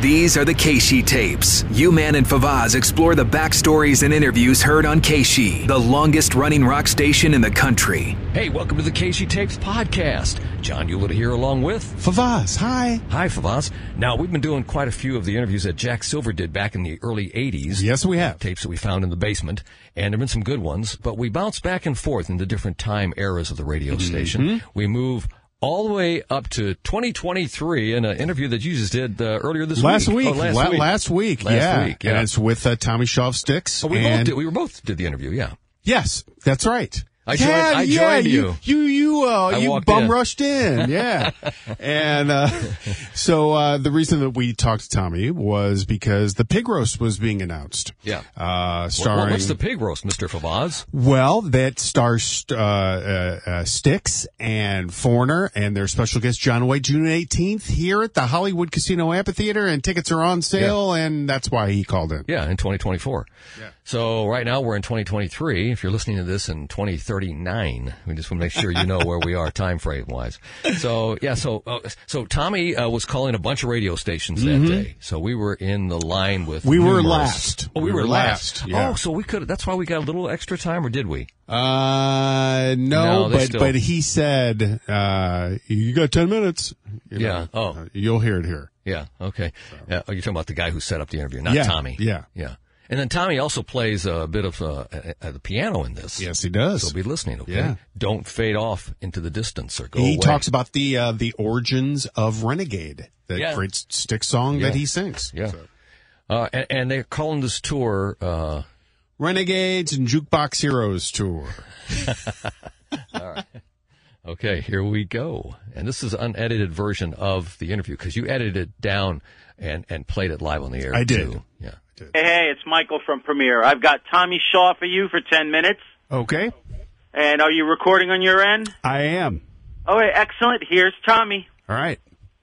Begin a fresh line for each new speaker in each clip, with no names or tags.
These are the Keishi tapes. You, Man, and Favaz explore the backstories and interviews heard on Keishi, the longest running rock station in the country.
Hey, welcome to the Casey Tapes podcast. John Hewlett here along with.
Favaz, hi.
Hi, Favaz. Now, we've been doing quite a few of the interviews that Jack Silver did back in the early 80s.
Yes, we have.
Tapes that we found in the basement, and there have been some good ones, but we bounce back and forth into different time eras of the radio
Mm-hmm.
station. We move all the way up to 2023 in an interview that you just did uh, earlier this
Last
week.
week,
Oh, last
la-
week.
last week,
Last
yeah.
week, yeah.
and it's with uh, Tommy Shaw Sticks.
Oh, we, both
and-
did, we were both did the interview, yeah.
Yes, that's right.
I joined-
yeah,
I
yeah,
joined
you. You, you, uh,
I
you
walked
bum
in.
rushed in. Yeah. and, uh, so, uh, the reason that we talked to Tommy was because the pig roast was being announced.
Yeah.
Uh,
What-
starring.
What's the pig roast, Mr. Favaz?
Well, that stars uh, uh, uh, Sticks and Foreigner and their special guest John White, June 18th, here at the Hollywood Casino Amphitheater, and tickets are on sale, and that's why he called in.
Yeah, in 2024. So right now we're in 2023. If you're listening to this in 2039, we just want to make sure you know where we are time frame wise. So yeah, so uh, so Tommy uh, was calling a bunch of radio stations that day. So we were in the line with
Mm-hmm. We were
numerous-
last.
Oh, we, were, last.
yeah.
Oh, so we could. That's why we got a little extra time, or did we?
Uh, no,
No, they
but
still-
but he said, uh, you got 10 minutes. You
Yeah.
know,
Oh.
You'll hear it here.
Yeah. Okay. Yeah. Oh, you're talking about the guy who set up the interview, not
Yeah,
Tommy.
yeah.
Yeah. And then Tommy also plays a bit of uh, uh, uh, the piano in this.
Yes, he does.
So be listening, okay?
Yeah.
Don't fade off into the distance or go away.
he talks about the uh, the origins of Renegade, the
Yeah.
great Sticks song
Yeah.
that he sings.
Yeah.
So-
Uh, and, and they're calling this tour, uh,
Renegades and Jukebox Heroes tour.
okay, here we go. And this is unedited version of the interview because you edited it down and, and played it live on the air.
I did.
too. Yeah.
Hey, hey, it's Michael from Premiere. I've got Tommy Shaw for you for 10 minutes.
Okay,
And are you recording on your end?
I am.
Oh, hey, excellent. Here's Tommy.
All right.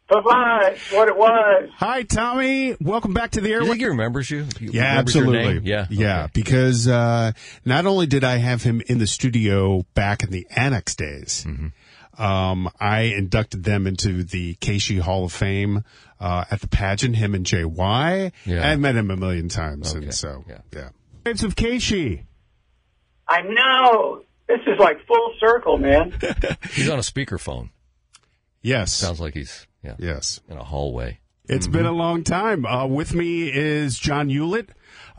Bye-bye. What it was.
Hi, Tommy. Welcome back to the
Do you think
airway.
he remembers you? He
Yeah,
remembers your
absolutely.
name? Yeah.
yeah.
Okay.
Because uh, not only did I have him in the studio back in the Annex days,
Mm-hmm.
um, I inducted them into the Casey Hall of Fame uh, at the pageant. Him and JY.
Yeah.
I've met him a million times, and so
yeah.
yeah. Waves of Casey.
I know. This is like full circle, man.
He's on a speakerphone.
Yes.
Sounds Mm-hmm. like he's, yeah,
yes.
in a hallway.
It's been a long time. Uh, with me is John Hewlett.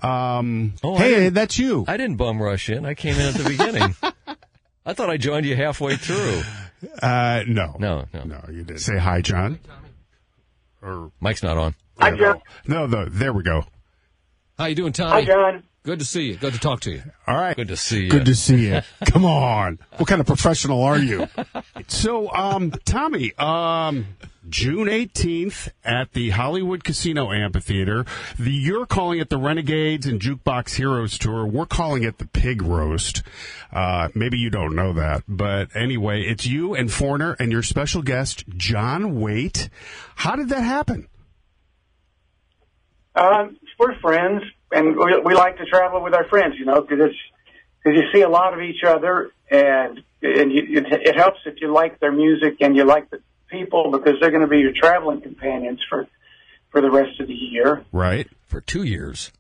Um,
Oh, I
hey,
didn't-
that's you.
I didn't bum rush in. I came in at the beginning. I thought I joined you halfway through.
Uh, no,
No, no.
no, you didn't say hi, John. Or
Mike's not on.
Hi, John.
no, no, there we go.
How you doing,
Hi,
Tommy?
John.
Good to see you. Good to talk to you.
All right,
Good to see you.
Good to see you. Come on, what kind of professional are you? so, um, Tommy, um, June eighteenth at the Hollywood Casino Amphitheater. The you're calling it the Renegades and Jukebox Heroes tour. We're calling it the Pig Roast. Uh, maybe you don't know that, but anyway, it's you and Foreigner and your special guest John Waite. How did that happen?
Um, we're friends, and we, we like to travel with our friends, you know, because because you see a lot of each other, and and you, it, it helps if you like their music and you like the people because they're going to be your traveling companions for for the rest of the year.
Right.
For two years.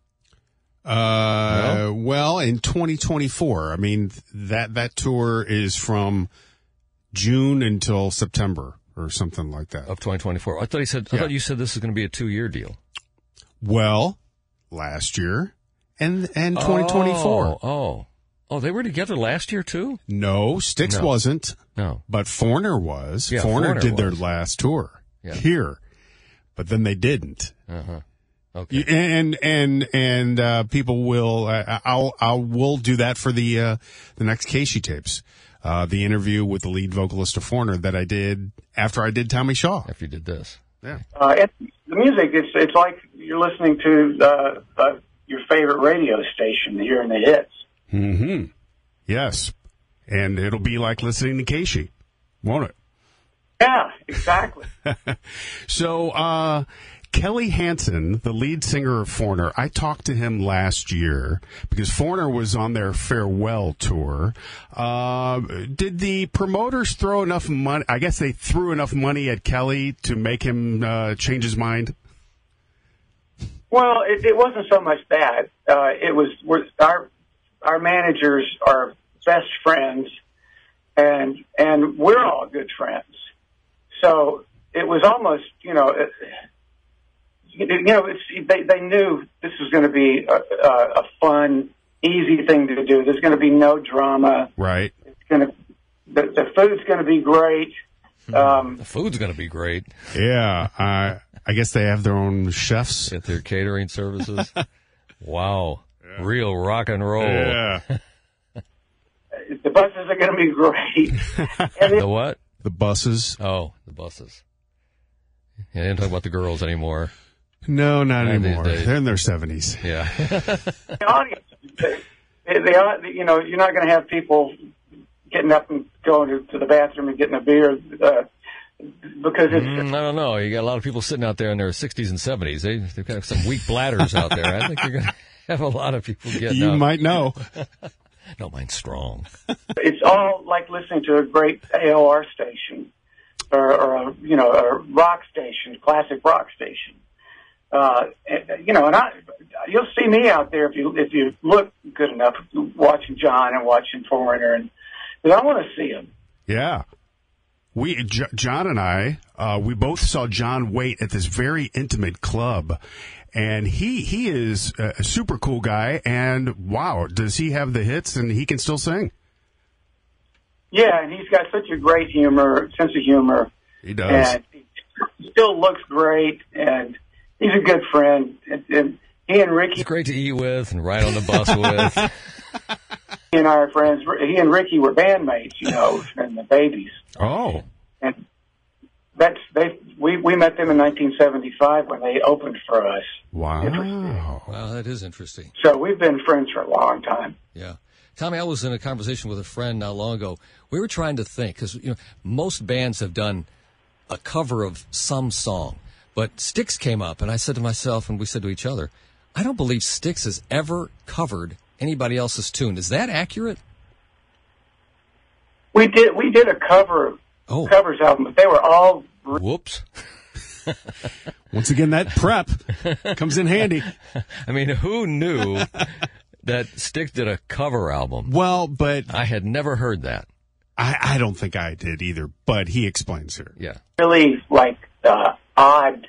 Uh, well, in 2024, I mean th- that that tour is from June until September or something like that.
of 2024. I thought he said. I
Yeah.
thought you said this is going to be a two-year deal.
Well, last year and and 2024.
Oh, oh, oh, they were together last year too.
No, Styx
No.
wasn't,
No.
but Foreigner was.
Yeah,
Foreigner,
Foreigner
did their
was.
last tour
Yeah.
here, but then they didn't.
Uh huh. Okay.
You- and and and uh, people will uh, I'll I will do that for the uh, the next Casey tapes. Uh, the interview with the lead vocalist of Foreigner that I did after I did Tommy Shaw.
After you did this.
Uh, and the music, it's it's like you're listening to uh, uh, your favorite radio station, hearing the hits.
Mm-hmm. Yes, and it'll be like listening to Casey, won't it?
Yeah, exactly.
So, uh, Kelly Hansen, the lead singer of Foreigner, I talked to him last year because Foreigner was on their farewell tour. Uh, did the promoters throw enough money? I guess they threw enough money at Kelly to make him uh, change his mind.
Well, it, it wasn't so much that. Uh, it was we're, our our managers are best friends, and and we're all good friends. So it was almost you know. It, you know, it's, they they knew this was going to be a, a, a fun, easy thing to do. There's going to be no drama.
Right.
It's going to the, the food's going to be great. Um,
The food's going to be great.
Yeah. I I guess they have their own chefs.
Get their catering services. wow. Real rock and roll.
Yeah.
the buses are going to be great. and it,
The what?
The buses.
Oh, the buses. Yeah, I didn't talk about the girls anymore.
No, not
these
anymore.
days.
They're in their seventies.
Yeah.
the audience, they, they, are- you know, you're not going to have people getting up and going to, to the bathroom and getting a beer uh, because it's
Mm, I don't know. You got a lot of people sitting out there in their 60s and 70s. They, they've got some weak bladders out there. I think you're going to have a lot of people getting
You
up.
might know.
No, mine's strong.
it's all like listening to a great AOR station or, or a, you know a rock station, classic rock station. Uh, and, you know, and I, you'll see me out there if you if you look good enough, watching John and watching Foreigner, and 'cause I want to see him.
Yeah. We J- John and I uh, we both saw John Waite at this very intimate club, and he he is a a super cool guy. And wow, does he have the hits? And he can still sing.
Yeah, and he's got such a great humor, sense of humor,
He does.
and he still looks great, and he's a good friend, and, and he and Ricky
It's great to eat with and ride on the bus with.
and I are friends. He and Ricky were bandmates, you know, and the babies.
oh,
and that's they we we met them in 1975 when they opened for us.
wow.
Wow, that is interesting.
So we've been friends for a long time.
Yeah. Tommy, I was in a conversation with a friend not long ago. We were trying to think because you know most bands have done a cover of some song, but Styx came up, and I said to myself, and we said to each other, "I don't believe Styx has ever covered anybody else's tune. Is that accurate?"
We did we did a cover
Oh.
covers album, but they were all
Whoops.
Once again, that prep comes in handy.
I mean, who knew that Stick did a cover album?
Well, but
I had never heard that.
I, I don't think I did either. But he explains here.
Yeah.
really like uh, odd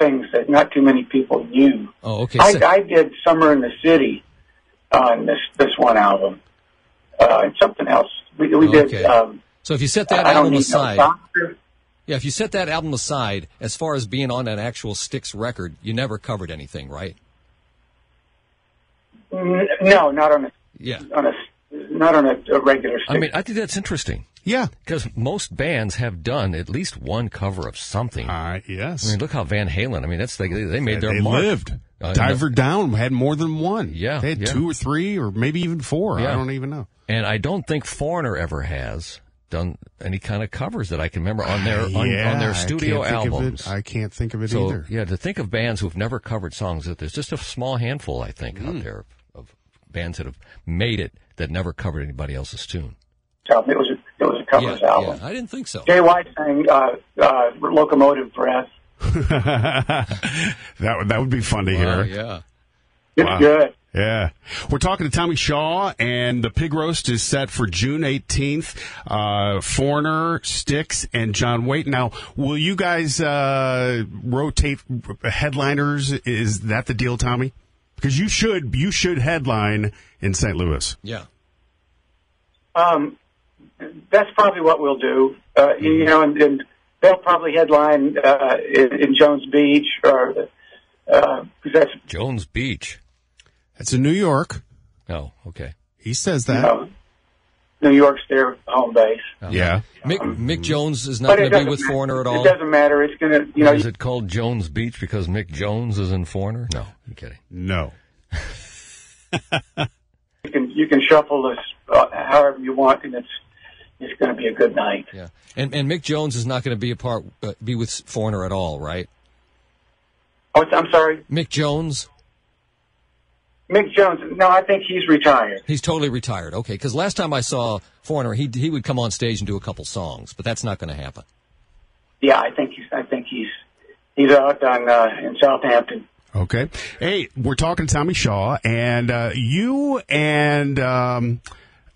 things that not too many people knew.
Oh, okay.
I,
so-
I did Summer in the City on this this one album uh, and something else. We, we
Okay.
did. Um,
So if you set that
I don't
album
need
aside,
no doctor.
yeah, if you set that album aside, as far as being on an actual Styx record, you never covered anything, right?
N- No, not on a
Yeah.
on a not on a, a regular.
I mean, I think that's interesting
Yeah.
because most bands have done at least one cover of something. I
Uh, yes.
mean, look how Van Halen. I mean, that's they, they made their
they
mark.
lived.
Uh,
Diver Down had more than one.
Yeah,
They had
yeah.
two or three or maybe even four. I
Yeah.
don't even know.
And I don't think Foreigner ever has done any kind of covers that I can remember on their on,
Ah, Yeah,
on
I
their studio
can't think of it.
albums.
I can't think of it
so
either.
yeah, to think of bands who've never covered songs, that there's just a small handful, I think,
Hmm.
out there of, of bands that have made it that never covered anybody else's tune.
album. It was a, it was a
Yeah,
covers
yeah.
album.
I didn't think so.
Jay White sang uh, uh, "Locomotive Breath."
that would that would be fun to
Oh,
hear.
yeah.
It's
Wow.
good.
Yeah. We're talking to Tommy Shaw, and the pig roast is set for June 18th. Uh, Foreigner, Sticks, and John Waite. Now, will you guys uh, rotate headliners? Is that the deal, Tommy? Because you should you should headline in St. Louis.
Yeah.
Um, that's probably what we'll do. Uh,
Mm-hmm.
You know, and, and they'll probably headline uh, in, in Jones Beach or uh 'cause that's
Jones Beach.
That's in New York.
Oh, okay.
He says
you
that.
know, New York's their home base.
Yeah.
Mick, Mick Jones is not
Um, But
going
it
to be
doesn't
with Foreigner at
It
all.
doesn't matter. It's gonna you know
Is it called Jones Beach because Mick Jones is in Foreigner? No, I'm kidding.
No.
you can you can shuffle this uh, however you want, and it's it's going to be a good night.
Yeah. And and Mick Jones is not going to be a part uh, be with Foreigner at all, right?
Oh, I'm sorry,
Mick Jones,
Mick Jones. No, I think he's retired.
he's totally retired. Okay, because last time I saw Foreigner, he he would come on stage and do a couple songs, but that's not going to happen.
Yeah, I think he's. I think he's. He's out on uh, in Southampton.
Okay. Hey, we're talking to Tommy Shaw, and uh, you and um,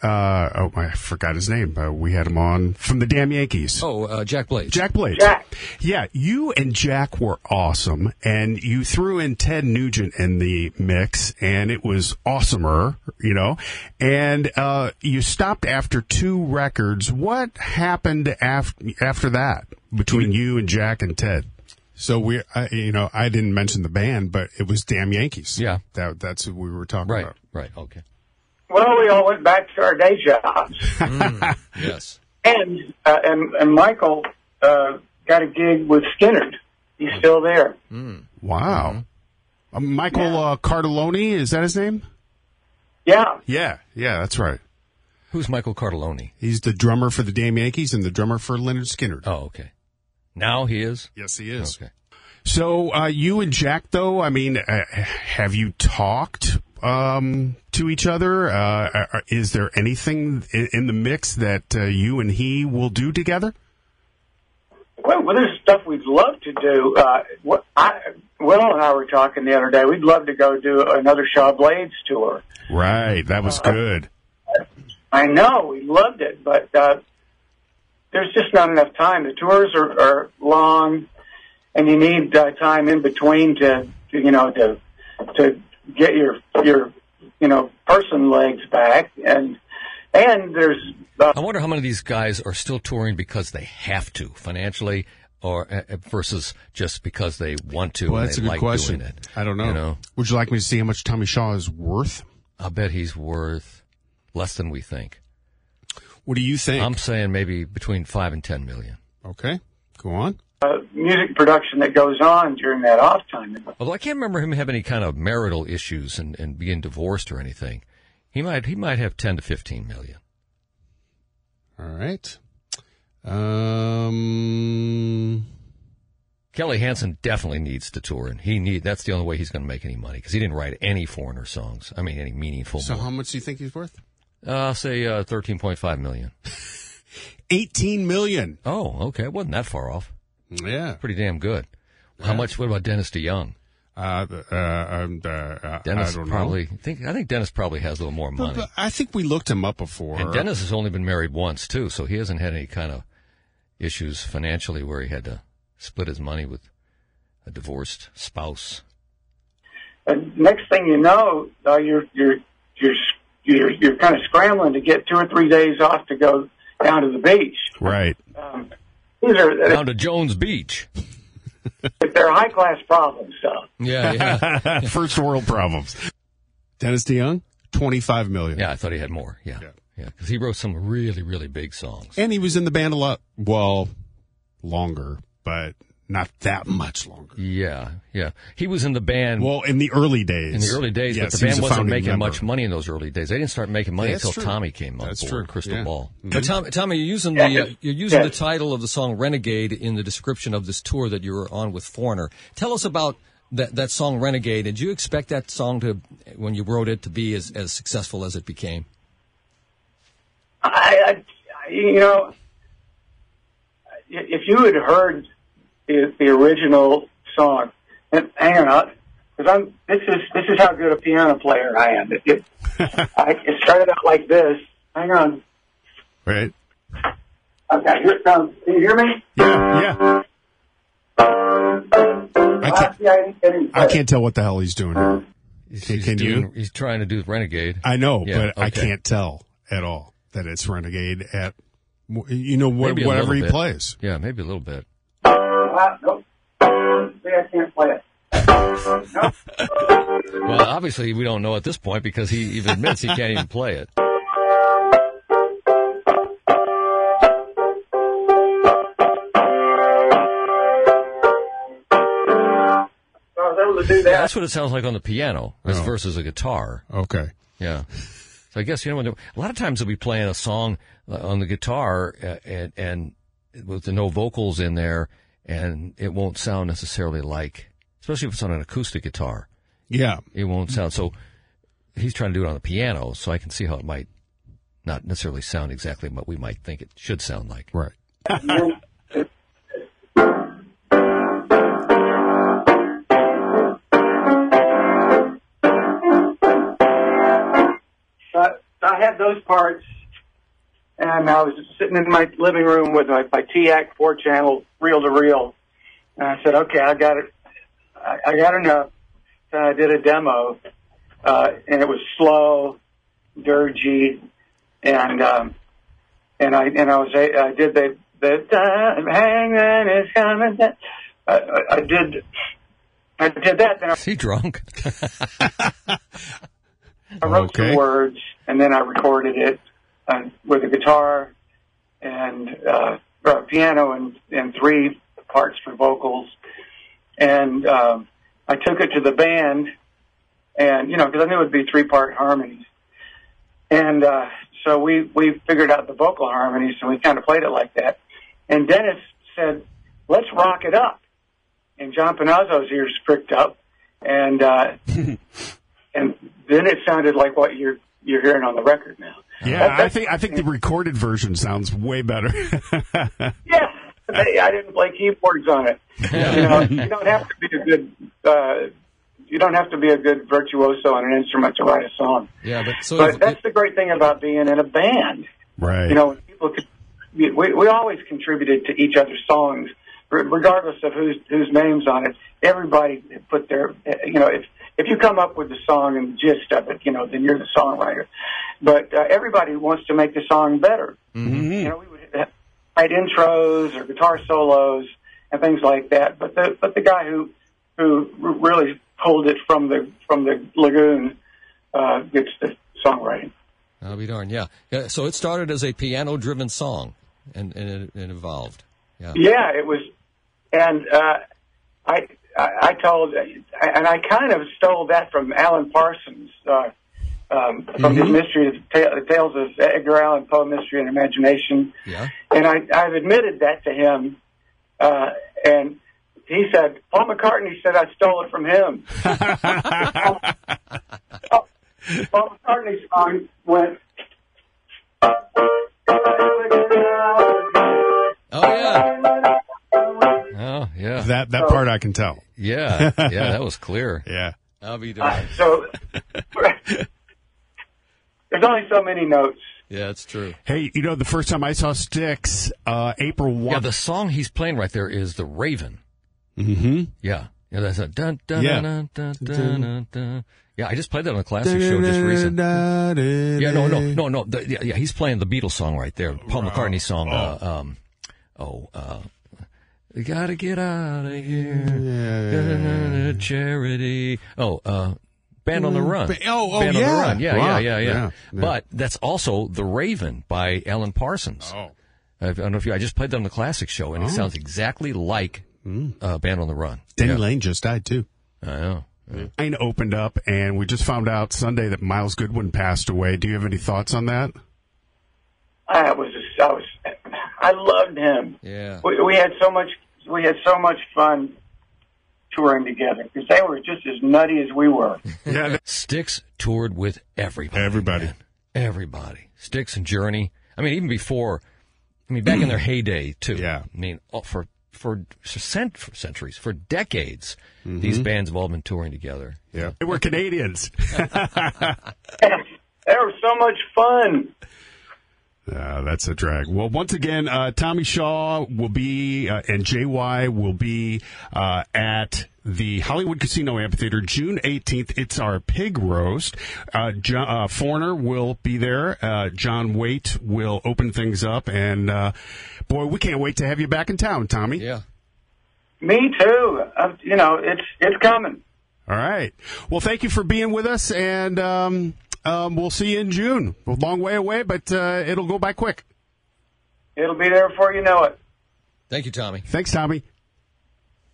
uh, oh, I forgot his name. Uh, we had him on from the damn Yankees.
Oh, uh, Jack Blades.
Jack Blades.
Jack.
Yeah, you and Jack were awesome, and you threw in Ted Nugent in the mix, and it was awesomer, you know. And uh, you stopped after two records. What happened after after that between you and Jack and Ted?
So we, I, you know, I didn't mention the band, but it was Damn Yankees.
Yeah.
that that's what we were talking
Right.
about.
Right. Okay.
Well, we all went back to our day jobs.
Yes.
and uh, and and Michael uh, got a gig with Skinner. He's still there.
Wow.
Uh, Michael,
Yeah.
uh,
Uh, Cardelloni is that his name?
Yeah,
yeah, yeah, that's right.
Who's Michael Cardelloni?
He's the drummer for the Damn Yankees and the drummer for Leonard Skinner.
Oh, okay. Now he is.
Yes, he is.
Okay.
So uh, you and Jack, though, I mean, uh, have you talked um, to each other? Uh, are- is there anything in, in the mix that uh, you and he will do together?
well, well, there's stuff we'd love to do. Uh, what I, Will and I were talking the other day. We'd love to go do another Shaw Blades tour.
Right, that was
Uh,
good.
I know we loved it, but uh, there's just not enough time. The tours are, are long, and you need uh, time in between to, to you know to to get your your you know person legs back and and there's uh,
I wonder how many of these guys are still touring because they have to financially, or uh, uh, versus just because they want to.
Well,
and
that's
they
a good
like
question.
Doing it.
I don't know.
You know,
Would you like me to see how much Tommy Shaw is worth?
I bet he's worth less than we think.
What do you think?
I'm saying maybe between five and ten million.
okay, go on.
uh, music production that goes on during that off time.
Although I can't remember him having any kind of marital issues and, and being divorced or anything. He might he might have ten to fifteen million.
All right. Um.
Kelly Hansen definitely needs to tour, and he need that's the only way he's going to make any money because he didn't write any foreigner songs. I mean, any meaningful.
So
more.
how much do you think he's worth?
Uh, I'll say uh, thirteen point five million.
18 million.
Oh, okay, it wasn't that far off.
Yeah.
Pretty damn good. How much? What about Dennis DeYoung?
Uh, the- uh, um, the- uh,
Dennis
I don't
probably think I think Dennis probably has a little more
know.
money.
But- but I think we looked him up before.
And Dennis has only been married once too, so he hasn't had any kind of issues financially where he had to split his money with a divorced spouse.
And next thing you know, uh, you're you're you're you're, you're kind of scrambling to get two or three days off to go down to the beach.
Right.
Um, these are
Down to Jones Beach.
they're high class problems, though.
Yeah, yeah,
First world problems.
Dennis DeYoung, 25 million.
yeah. I thought he had more. Yeah, yeah, because he wrote some really, really big songs.
And he was in the band a lot. Well, longer, but not that much longer.
Yeah, yeah. He was in the band
Well, in the early days.
in the early days,
Yes, he
but the
was
band
a
wasn't
founding
making
member.
much money in those early days. They didn't start making money
That's
until
true.
Tommy came on
That's
board.
true,
Crystal
yeah.
Ball.
But Tom, Tommy, you're using the uh, you're using
Yeah.
the title of the song "Renegade" in the description of this tour that you were on with Foreigner. Tell us about that that song "Renegade." Did you expect that song to, when you wrote it, to be as, as successful as it became?
I, I you know, if you had heard the, the original song, and hang on, because I'm this is this is how good a piano player I am. It, it, I, it started out like this. Hang on.
Right.
Okay, here it comes. Can you hear me?
Yeah. Yeah.
I can't,
Yeah, I didn't- didn't play
I
it.
can't tell what the hell he's doing here.
He's,
Can-
he's
can you?
doing- He's trying to do Renegade.
I know,
Yeah,
but I
okay.
can't tell at all that it's Renegade at, you know, wh-
Maybe a
whatever
little
he
bit.
plays.
Yeah, maybe a little bit.
Ah, nope. See, I can't play it.
Well, obviously we don't know at this point because he even admits he can't even play it.
So I was able to do that.
That's what it sounds like on the piano as
Oh.
versus a guitar.
Okay.
Yeah. So I guess you know when a lot of times they'll be playing a song uh, on the guitar uh, and and with the no vocals in there, and it won't sound necessarily like, especially if it's on an acoustic guitar,
Yeah.
it won't
Mm-hmm.
sound. So he's trying to do it on the piano, so I can see how it might not necessarily sound exactly what we might think it should sound like.
Right.
those parts, and I was just sitting in my living room with my, my TAC four channel reel to reel, and I said, "Okay, I got it. I, I got enough." So I did a demo, uh, and it was slow, dirgy, and um, and I and I was a- I did the the time hanging is coming. down." I, I, I did. I did that, then I
Is he drunk?
I wrote
Okay.
some words and then I recorded it uh, with a guitar and uh, uh, piano and, and three parts for vocals. And um, I took it to the band, and you know, because I knew it would be three part harmonies. And uh, so we we figured out the vocal harmonies, and we kind of played it like that. And Dennis said, "Let's rock it up." And John Panazzo's ears pricked up, and uh, and then it sounded like what you're you're hearing on the record now.
Yeah, I think I think the recorded version sounds way better.
Yeah, they, I didn't play keyboards on it. You know, you don't have to be a good uh, you don't have to be a good virtuoso on an instrument to write a song.
Yeah, but so
But
if-
that's the great thing about being in a band.
right.
You know, when people could, we we always contributed to each other's songs, re- regardless of whose whose names on it. Everybody put their you know if if you come up with the song and the gist of it, you know, then you're the songwriter. But uh, everybody wants to make the song better. Mm-hmm. You know, we would ha- write intros or guitar solos and things like that. But the but the guy who who r- really pulled it from the from the lagoon uh, gets the songwriting.
I'll be darned. Yeah. yeah. So it started as a piano-driven song, and and it, it evolved. Yeah.
Yeah, it was, and uh, I, I I told, and I kind of stole that from Alan Parsons uh, um, from his mystery, the tales of Edgar Allan Poe, mystery and imagination.
Yeah.
And I I've admitted that to him, uh, and he said Paul McCartney said I stole it from him. Paul McCartney's song went.
Oh yeah. Oh yeah.
That that part I can tell.
yeah, yeah, that was clear.
Yeah.
I'll be darned.
So there's only so many notes.
Yeah, it's true.
Hey, you know the first time I saw Sticks, uh, April one.
Yeah, the song he's playing right there is the Raven.
mm-hmm.
Yeah, yeah, that's a dun dun
Yeah.
dun dun dun dun. dun. Yeah, I just played that on the classic show just recently. Yeah, no, no, no, no. The, yeah, yeah, he's playing the Beatles song right there, Paul McCartney song. Uh, um, oh, uh, we gotta get out of here. Da-da-da-da, Charity. Oh, uh, Band on the Run.
Ba- oh, oh,
Band on
yeah.
the Run. Yeah,
Wow.
yeah, yeah, yeah,
Yeah, yeah.
But that's also The Raven by Alan Parsons.
Oh.
I don't know if you. I just played that on the classic show, and it sounds exactly like
Mm.
uh, Band on the Run.
Danny Lane just died too.
I know.
Mine opened up, and we just found out Sunday that Miles Goodwin passed away. Do you have any thoughts on that?
I was just, I was, I loved him.
Yeah.
We, we had so much, we had so much fun touring together because they were just as nutty as we were.
Yeah,
Styx toured with everybody.
Everybody.
man. Everybody. Styx and Journey. I mean, even before, I mean, back in their heyday, too.
Yeah.
I mean, oh, for, for, cent- for centuries, for decades,
Mm-hmm.
these bands have all been touring together.
Yeah.
they were Canadians.
they were so much fun.
Ah,
Uh, that's a drag.
Well, once again, uh, Tommy Shaw will be uh, and JY will be uh, at the Hollywood Casino Amphitheater June 18th. It's our pig roast. Uh, John, uh, Foreigner will be there. Uh, John Waite will open things up. And uh, boy, we can't wait to have you back in town, Tommy.
Yeah.
Me too. Uh, you know, it's it's coming.
All right. Well, thank you for being with us. And um, um, we'll see you in June. A long way away, but uh, it'll go by quick.
It'll be there before you know it.
Thank you, Tommy.
Thanks, Tommy.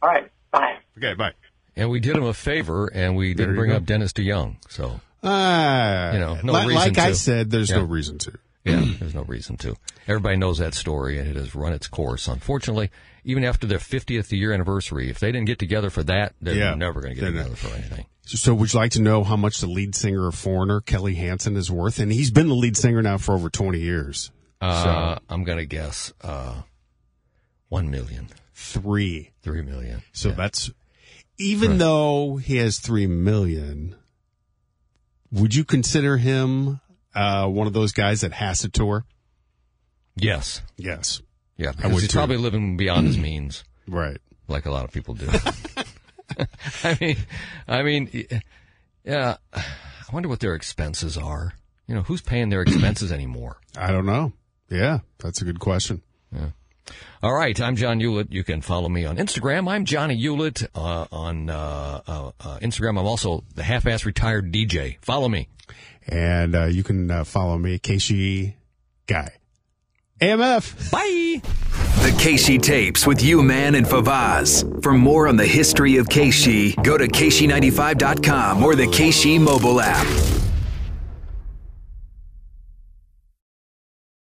All right, bye.
Okay, bye.
And we did him a favor and we didn't bring up Dennis DeYoung. So,
Ah,
You know, no
like,
reason
like I
to.
said, there's
Yeah.
no reason to.
yeah, there's no reason to. Everybody knows that story and it has run its course. Unfortunately, even after their 50th year anniversary, if they didn't get together for that, they're
Yeah.
never going to get
They're not.
together for anything.
So, would you like to know how much the lead singer of Foreigner, Kelly Hansen, is worth? And he's been the lead singer now for over 20 years.
Uh, I'm going to guess uh, 1 million.
Three.
Three million.
So that's even though he has three million. Would you consider him
uh, one of those guys that has to tour?
Yes.
Yes.
Yeah, because
would
he's
too.
probably living beyond his means,
Right.
like a lot of people do. I mean, I mean, y- yeah. I wonder what their expenses are. You know, who's paying their expenses anymore?
I don't know. Yeah, that's a good question.
All right, I'm John Hewlett. You can follow me on Instagram. I'm Johnny Hewlett uh, on uh, uh, uh, Instagram. I'm also the half-ass retired DJ. Follow me.
And uh, you can uh, follow me, KCE
E
Guy. AMF.
Bye.
The Keishi tapes with you, man, and Favaz. For more on the history of Keishi, go to Keishi95.com or the Keishi mobile app.